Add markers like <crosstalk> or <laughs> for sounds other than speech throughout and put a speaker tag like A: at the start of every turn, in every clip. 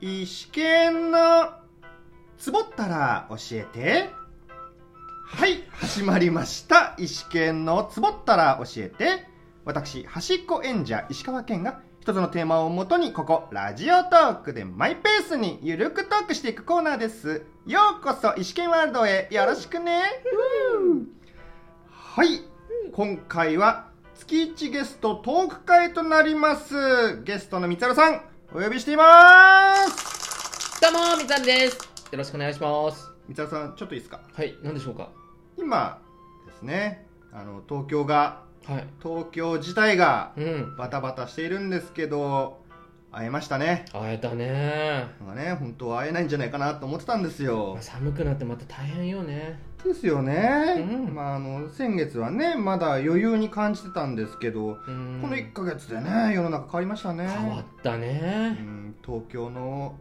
A: 石剣のつぼったら教えてはい始まりました石剣のつぼったら教えて私端っこ演者石川県が一つのテーマをもとにここラジオトークでマイペースにゆるくトークしていくコーナーですようこそ石剣ワールドへよろしくねはい今回は月一ゲストトーク会となりますゲストのみつるさんお呼びしています
B: どうもみさんですよろしくお願いします
A: みつるさんちょっといいですか
B: はい何でしょうか
A: 今ですねあの東京が
B: はい
A: 東京自体が
B: うん
A: バタバタしているんですけど会えましたね
B: 会えたね
A: なんかね本当は会えないんじゃないかなと思ってたんですよ
B: 寒くなってまた大変よね
A: ですよね、
B: うん
A: まあ、あの先月はねまだ余裕に感じてたんですけど
B: うん
A: この1ヶ月でね世の中変わりましたね
B: 変わった
A: う
B: ね
A: ん東京の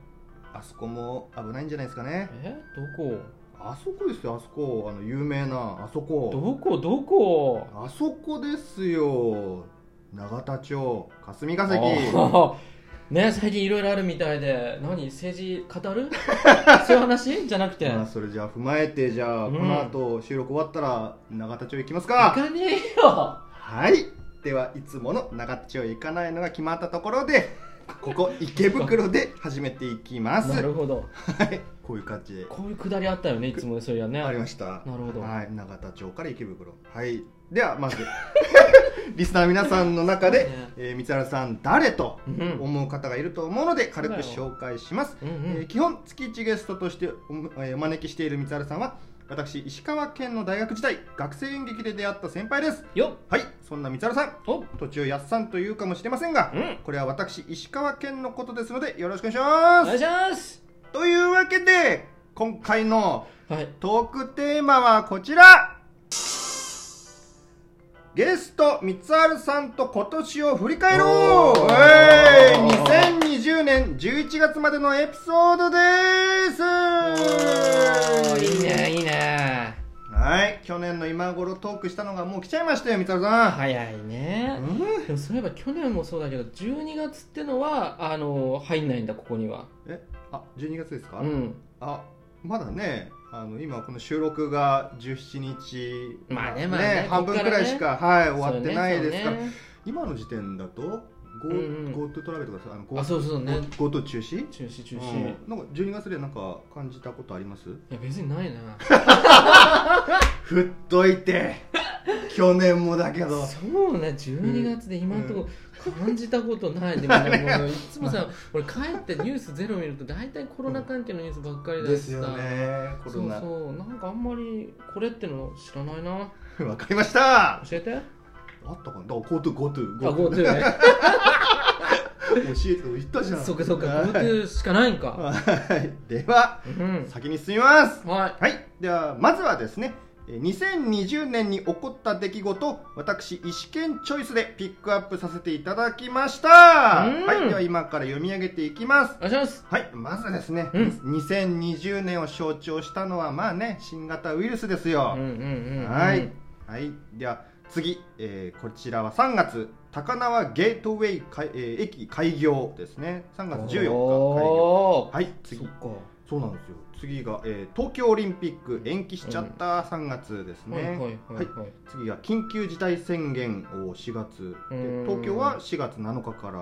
A: あそこも危ないんじゃないですかね
B: えどこ
A: あそこですよあそこあの有名なあそこ
B: どこどこ
A: あそこですよ永田町霞
B: あ
A: ヶ関
B: ー <laughs> ね最近いろいろあるみたいで何政治
A: <laughs>
B: 語るそういう話じゃなくて
A: まあ、それじゃあ踏まえてじゃあ、
B: うん
A: この後収録終わったら永田町行きます
B: 行
A: か
B: かねえよ
A: はいではいつもの永田町へ行かないのが決まったところでここ池袋で始めていきます
B: なるほど
A: はいこういう感じで
B: こういうくだりあったよねいつもそういやね
A: ありました
B: なるほど
A: はい永田町から池袋はいではまず <laughs> リスナー皆さんの中で、えー、三原さん誰と
B: うん
A: 思う方がいると思うので軽く
B: そう
A: 紹
B: だ
A: 介します
B: うんう
A: えー
B: ん
A: 基本月1ゲストとしてお,、えーお招きしている三原さんは私石川県の大学時代学生演劇で出会った先輩です
B: よっ
A: はいそんな三原さん
B: お
A: 途中やっさんというかもしれませんが
B: うん
A: これは私石川県のことですのでよろしくお願い
B: お
A: し
B: 願
A: ま
B: いします
A: すというわけで今回の
B: はい
A: トークテーマはこちらゲスト三春さんと今年を振り返ろう
B: おー
A: えー2020年11月までのエピソードで
B: お
A: す
B: ーいいねいいね
A: はい去年の今頃トークしたのがもう来ちゃいましたよ三春さん、
B: 早いね
A: うん
B: でもそういえば去年もそうだけど12月ってのはあの入んないんだここには
A: えあ12月ですか、
B: うん
A: あまだねあの今この収録が17日
B: まあねまあね
A: 半分くらいしか、はい終わってないですから、
B: そうね
A: 今の時点だと
B: うんうん
A: GoTo、トラベルとかさあの
B: そうねあそうそうね
A: GoTo 中止
B: 中止中
A: う
B: 止、い
A: んなんか12月でなんか感じたことあります
B: や別にないな
A: 振っとい <laughs> て去年もだけど
B: そうね12月で今のところ感じたことない、でもねもういつもさ俺帰ってニュースゼロ見ると大体コロナ関係のニュースばっかりだしさ
A: ですよねコ
B: そ
A: ロ
B: う
A: ナ
B: そうなんかあんまりこれっての知らないな
A: わかりましたあ
B: 教えてあ
A: ったかなだから GoTo GoTo
B: GoTo
A: 教
B: ね
A: えて言ったじゃん
B: そっかそっか
A: はい
B: GoTo しかないんか
A: はいでは
B: うん
A: 先に進みます
B: は
A: はい、ではまずはですねえー2020年に起こった出来事を私石剣チョイスでピックアップさせていただきました
B: うん
A: はいでは今から読み上げていきます
B: いお願いします
A: はいまずですね、
B: うん
A: 2020年を象徴したのはまあね新型ウイルスですよ、
B: うんうんうん
A: はい、はい、では次、えーこちらは3月高輪ゲートウェイかい、えー駅開業ですね3月14日開業
B: おー
A: はい次
B: そっか
A: そうなんですよ次が、えー東京オリンピック延期しちゃった3月ですね、
B: はいはいはいはい
A: 次が緊急事態宣言を4月
B: う
A: で
B: ん
A: 東京は4月7日からで、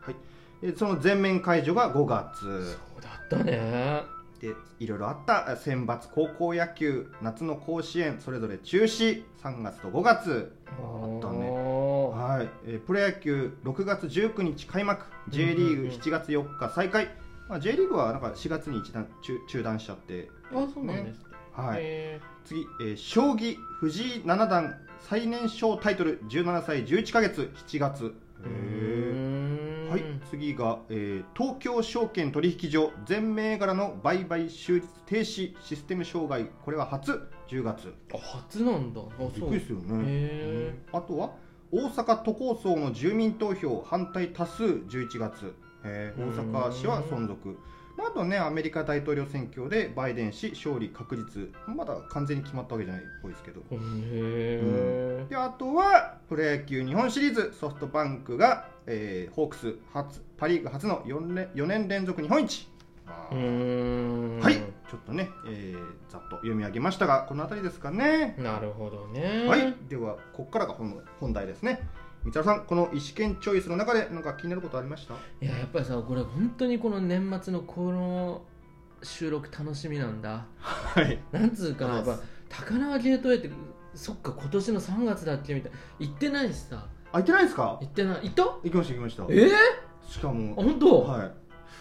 A: はい、えーその全面解除が5月
B: そうだったね
A: でいろいろあったあ選抜高校野球夏の甲子園それぞれ中止3月と5月
B: あ
A: あったね
B: ね
A: はい、えープロ野球6月19日開幕 J リー
B: うん
A: グ
B: うんうん
A: 7月4日再開、まあ、J リーグはなんか4月に一段中中断しちゃって
B: あそうなんです
A: はい、
B: へ
A: 次、えー将棋藤井七段最年少タイトル17歳11ヶ月7月
B: ーうーん
A: はい次が、えー東京証券取引所全銘柄の売買終日停止システム障害これは初10月
B: あ初なんだあ
A: びっ
B: そう
A: くりですよね、
B: へ
A: うんあとは大阪都構想の住民投票反対多数11月、えー
B: うん
A: 大阪市は存続まああとねアメリカ大統領選挙でバイデン氏勝利確実まだ完全に決まったわけじゃないっぽいですけど
B: えへ
A: であとはプロ野球日本シリーズソフトバンクが、えーホークス初パ・リーグ初の 4, 連4年連続日本一あ
B: う
A: ー
B: ーん
A: はいちょっとね、えーざっと読み上げましたがこの辺りですかね、
B: なるほどね
A: はいではここからが本本題ですね三沢さんこの意思権チョイスの中でなんか気になることありました
B: いややっぱりさこれ本当にこの年末のこの収録楽しみなんだ
A: はい
B: なんつうかなやっ
A: あ
B: ぱ高輪ゲートウェイってそっか今年の3月だっけみたいな行ってないしさ
A: 空いてないですか
B: 行ってない行った
A: 行きました行きました
B: えー、
A: しか
B: あ
A: も
B: 本当、
A: はい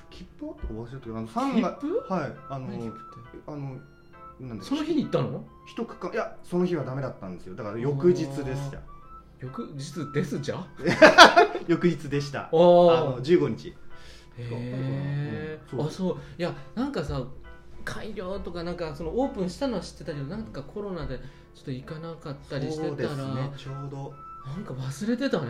A: 切符あったか忘れたけどあの3月
B: 切符
A: はいあ
B: 何切符
A: の
B: って
A: あのなんだ
B: その日に行ったの
A: 一区間いやその日はダメだったんですよだから翌日でした
B: 翌日ですじゃあ
A: 翌日でした
B: あ
A: あ
B: ー
A: の15日
B: へえ、
A: うんそう
B: あそういやなんかさ改良とかなんかそのオープンしたのは知ってたけどなんかコロナでちょっと行かなかったりして
A: そう
B: た
A: で
B: ら、
A: すねちょうど
B: なんか忘れてたね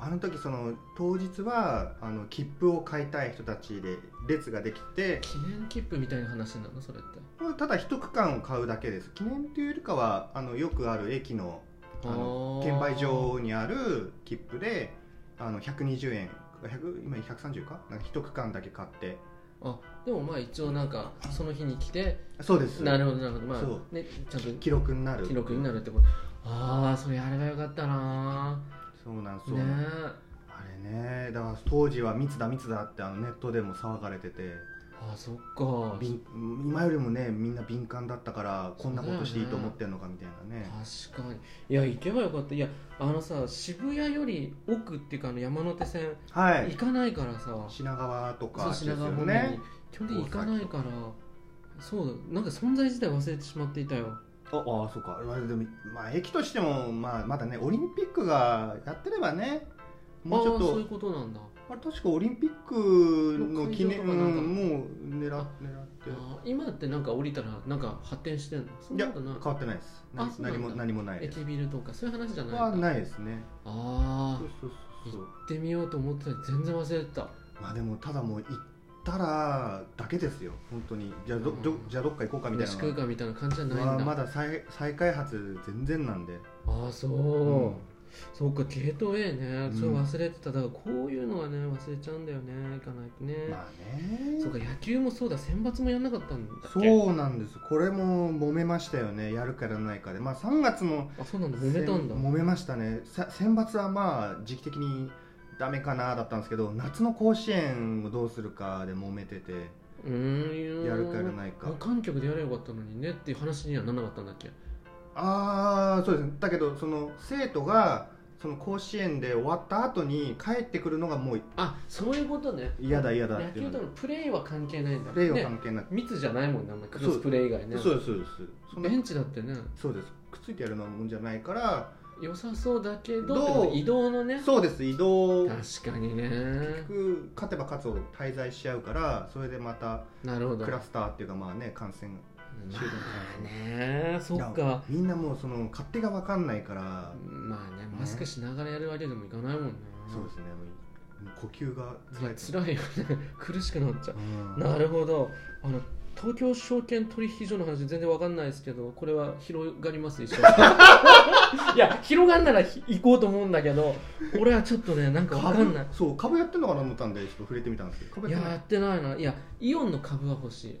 A: あの時その当日はあの切符を買いたい人たちで列ができて
B: 記念切符みたいな話なのそれって
A: ただ一区間を買うだけです記念というよりかはあのよくある駅のあの
B: あー
A: 券売所にある切符であの120円100今130かなんか一区間だけ買って
B: あでもまあ一応なんかその日に来て
A: そうです
B: なるほどなるほどま
A: そ
B: あ、ね、ちゃんと
A: 記録になる
B: 記録になるってことああそれやればよかったな
A: そうなんそうな
B: ね
A: んあれねだから当時は密だ密だってあのネットでも騒がれてて
B: あーそっか
A: 敏今よりもねみんな敏感だったからこんなことしていいと思ってんのかみたいなね
B: 確かにいや行けばよかったいやあのさ渋谷より奥っていうかあの山手線
A: は
B: 行
A: い
B: かないからさ、
A: 品川とか
B: そう
A: ですよ
B: 品川方面に、
A: ね
B: 基本的に行かないからそうだなんか存在自体忘れてしまっていたよ
A: ああそうかまあでも、まあ、駅としても、まあ、まだねオリンピックがやってればねもうちょっ
B: ああそう
A: と
B: いうことなんだ
A: あれ確かオリンピックの記念、
B: の会場とかなんか
A: うんもう狙狙って
B: あー今ってなんか降りたらなんか発展してんのそん
A: い
B: な
A: や
B: こと
A: 変
B: ない
A: わってないですな
B: あそうなん
A: 何
B: だ
A: も何もないです
B: 駅ビルとかそういう話じゃない
A: はないですね
B: ああ
A: そうそうそうそう
B: 行ってみようと思ってたのに全然忘れてた
A: まあでもただもう行ったらだけですよ本当にじゃあど,、ど
B: うん
A: じゃあどっか行こうかみたいな
B: 飯空
A: の
B: 間みたいな感じじゃない
A: は
B: んだ、
A: まだ再再開発全然なんで、
B: ああそう、
A: うん
B: そうかゲートウェイ
A: う
B: ね、
A: ん
B: それ忘れてただからこういうのはね忘れちゃうんだよね行かないとね、
A: まあね
B: そうか野球もそうだ選抜もやんなかったんだっけ
A: そうなんですこれも揉めましたよねやるかやらないかでまあ3月の
B: あそうなんだ揉めたんだ
A: せ揉めましたねさ選抜はまあ時期的にダメかなだったんですけど夏の甲子園をどうするかで揉めてて
B: うーん
A: やるかやらないか
B: 無観客でやればよかったのにねっていう話にはならなかったんだっけ
A: ああそうですねだけどその生徒がその甲子園で終わった後に帰ってくるのがもう
B: あそういうことね
A: 嫌だ嫌だ
B: 野
A: ってい
B: 球
A: う
B: と
A: の
B: のプレーは関係ないんだ
A: プレーは
B: ね
A: 関係なく、
B: 密じゃないもんねあんまりクロスプレー以外ね
A: そうですそうですそんな
B: ベンチだってね
A: そうですくっついてやるのもんじゃないから
B: 良さそうだけど
A: どう
B: でも移動のね
A: そうです移動
B: 確かにね
A: 結局勝てば勝つほど滞在しちゃうからそれでまた
B: なるほど
A: クラスターっていうかまあね感染
B: まあねそっ
A: い
B: か
A: やみんなもうその勝手が分かんないから、
B: まあねマスクしながらやるわけでもいかないもんね
A: そうですねもうもう呼吸が辛い
B: いや辛いよね苦しくなっちゃう
A: うん
B: なるほどあの東京証券取引所の話全然わかんないですけどこれは広がります一緒に <laughs> いや広がんならひ行こうと思うんだけど俺はちょっとねなんかわかんない
A: 株そう株やってんのかなと思ったんでちょっと触れてみたんですけど株
B: い
A: や
B: や
A: ってない
B: やってないないやイオンの株は欲しい、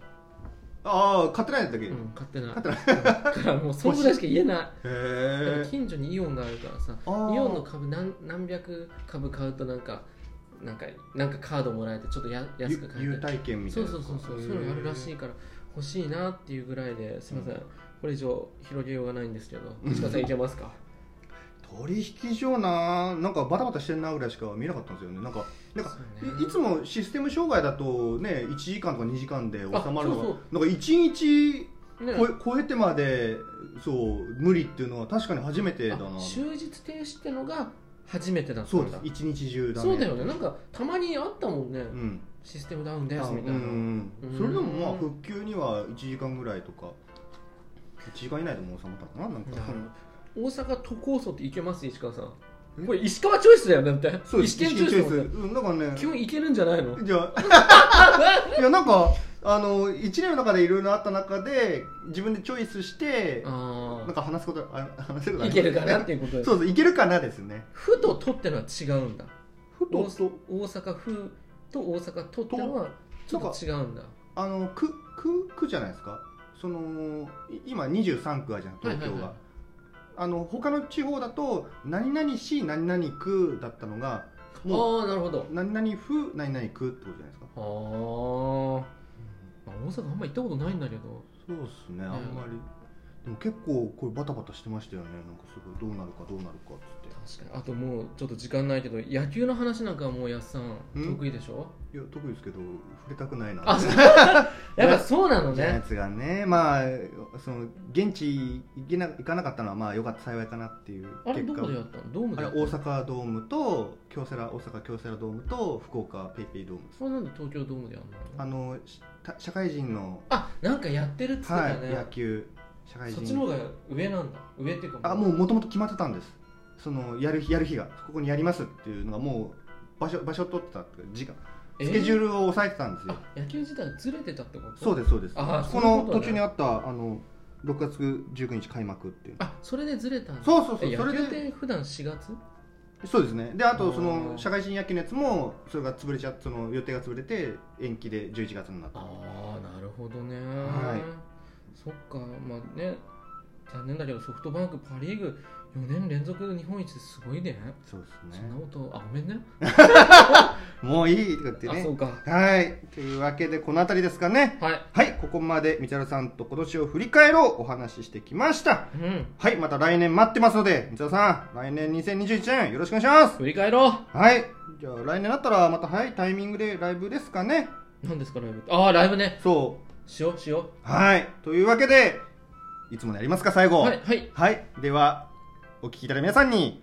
A: ああ買ってないんだっけ、へ
B: うん、買ってない
A: 買って
B: うんだからもうそんぐらいしか言えないだから
A: え
B: 近所にイオンがあるからさ
A: イ
B: イオンの株何何百株買うとなんかなんかなんかカードもらえてちょっとや安く買えたり
A: 優待券みた
B: そ
A: いうな
B: そうそうそうそういうのやるらしいから欲しいなっていうぐらいですいません、
A: うん
B: これ以上広げようがないんですけど
A: うん
B: 石川さんいけますか
A: 取引所ななんかバタバタしてんなぐらいしか見えなかったんですよねなんかなんか
B: そうね
A: いいつもシステム障害だとね1時間とか2時間で収まるのが
B: あそう
A: なんか1日
B: ね
A: 超え超えてまでそう無理っていうのは確かに初めてだな
B: あ終日停止ってのが初めてだった
A: そうんです
B: だ
A: 一日中だね
B: そうだよねなんかたまにあったもんね、
A: うん
B: システムダウンで
A: あ
B: す
A: う
B: みたいな、
A: ん
B: うん
A: それでもまあ復旧には1時間ぐらいとか1時間以内でもう収まったのかななんか
B: なる大阪都構想っていけます石川さん
A: え
B: これ石川チョイスだよねだって
A: そうです
B: 石川チョイスだもんね
A: うんだからね
B: 基本いけるんじゃないの
A: じゃあいやなんかあの1年の中でいろいろあった中で自分でチョイスして
B: あ
A: なんか話すことあ話せる
B: あいけるかなっ
A: ね
B: ていうことです
A: <laughs> そうそういけるかなですね
B: ふととってのは違うんだ
A: ふ
B: 大
A: と
B: 大阪府と大阪都ってのはちょっと違うんだ
A: あの区区区じゃないですかそのい今23区あるじゃん東京が、
B: はいはいはい
A: あの他の地方だと何々市何々区だったのがもう
B: ああなるほど
A: 何々府何々区ってことじゃないですか、
B: あー、まあ大阪あんま行ったことないんだけど
A: そうっすねあんまり、でも結構これバタバタしてましたよねなんかすごいどうなるかどうなるかっつっ
B: 確かにあともうちょっと時間ないけど野球の話なんかはもうやっさん
A: うん
B: 得意でし
A: <laughs>
B: ょ
A: ていや得意ですけど触れたくないな
B: あそうやっぱそうなの
A: ジャイアン
B: ね
A: ツがね、まあ、その現地行けな行かなかったのはまあよかった幸いかなっていう
B: あれ
A: 結
B: ど
A: 果
B: こでやったのドーム
A: あ
B: で
A: れ
B: やった
A: 大阪ドームと京セラ大阪京セラドームと福岡ペイペイドームです
B: それなんで東京ドームでやるの
A: あのした社会人の、
B: あなんかやってるっつって
A: は
B: た
A: い、
B: ね、
A: 野球社会
B: そっちの
A: 人
B: 方が上なんだ上っていうか
A: あもうもともと決まってたんですそのやる日やる日がここにやりますっていうのがもう場所場所取ってたっていうか時間
B: え
A: スケジュールを抑えてたんですよ、
B: あ野球自体ずれてたってこと
A: そうですそうです
B: あー
A: こ
B: そういう
A: の
B: ことね
A: 途中にあったあの6月19日開幕っていう
B: あそれでずれたんだ
A: そうそうそう
B: え
A: そ
B: 野
A: れで
B: 球って普段4月
A: そうですねであ
B: あ
A: と
B: ー
A: その社会人野球のやつもそれが潰れちゃその予定が潰れて延期で11月になった
B: ああなるほどね、
A: はい
B: そっかまあね残念だけどソフトバンクパ・リーグ4年連続日本一ってすごいね
A: そうです
B: そ
A: ね
B: んなことあごめんね
A: もういいとか言って
B: あそ
A: ね
B: うか
A: はいというわけでこの辺りですかね
B: はい
A: はいここまでみちゃるさんと今年を振り返ろうお話ししてきました
B: うん
A: はいまた来年待ってますのでみちゃるさん来年2021年よろしくお願いします
B: 振り返ろ
A: はいじゃあ来年だったらまた早いタイミングでライブですかね
B: う何ですかライブってああライブね
A: そ
B: しようしよ
A: うはいというわけでいつものやりますか最
B: う
A: 後
B: はいはい
A: はい、ではお聞きいただいた皆さんに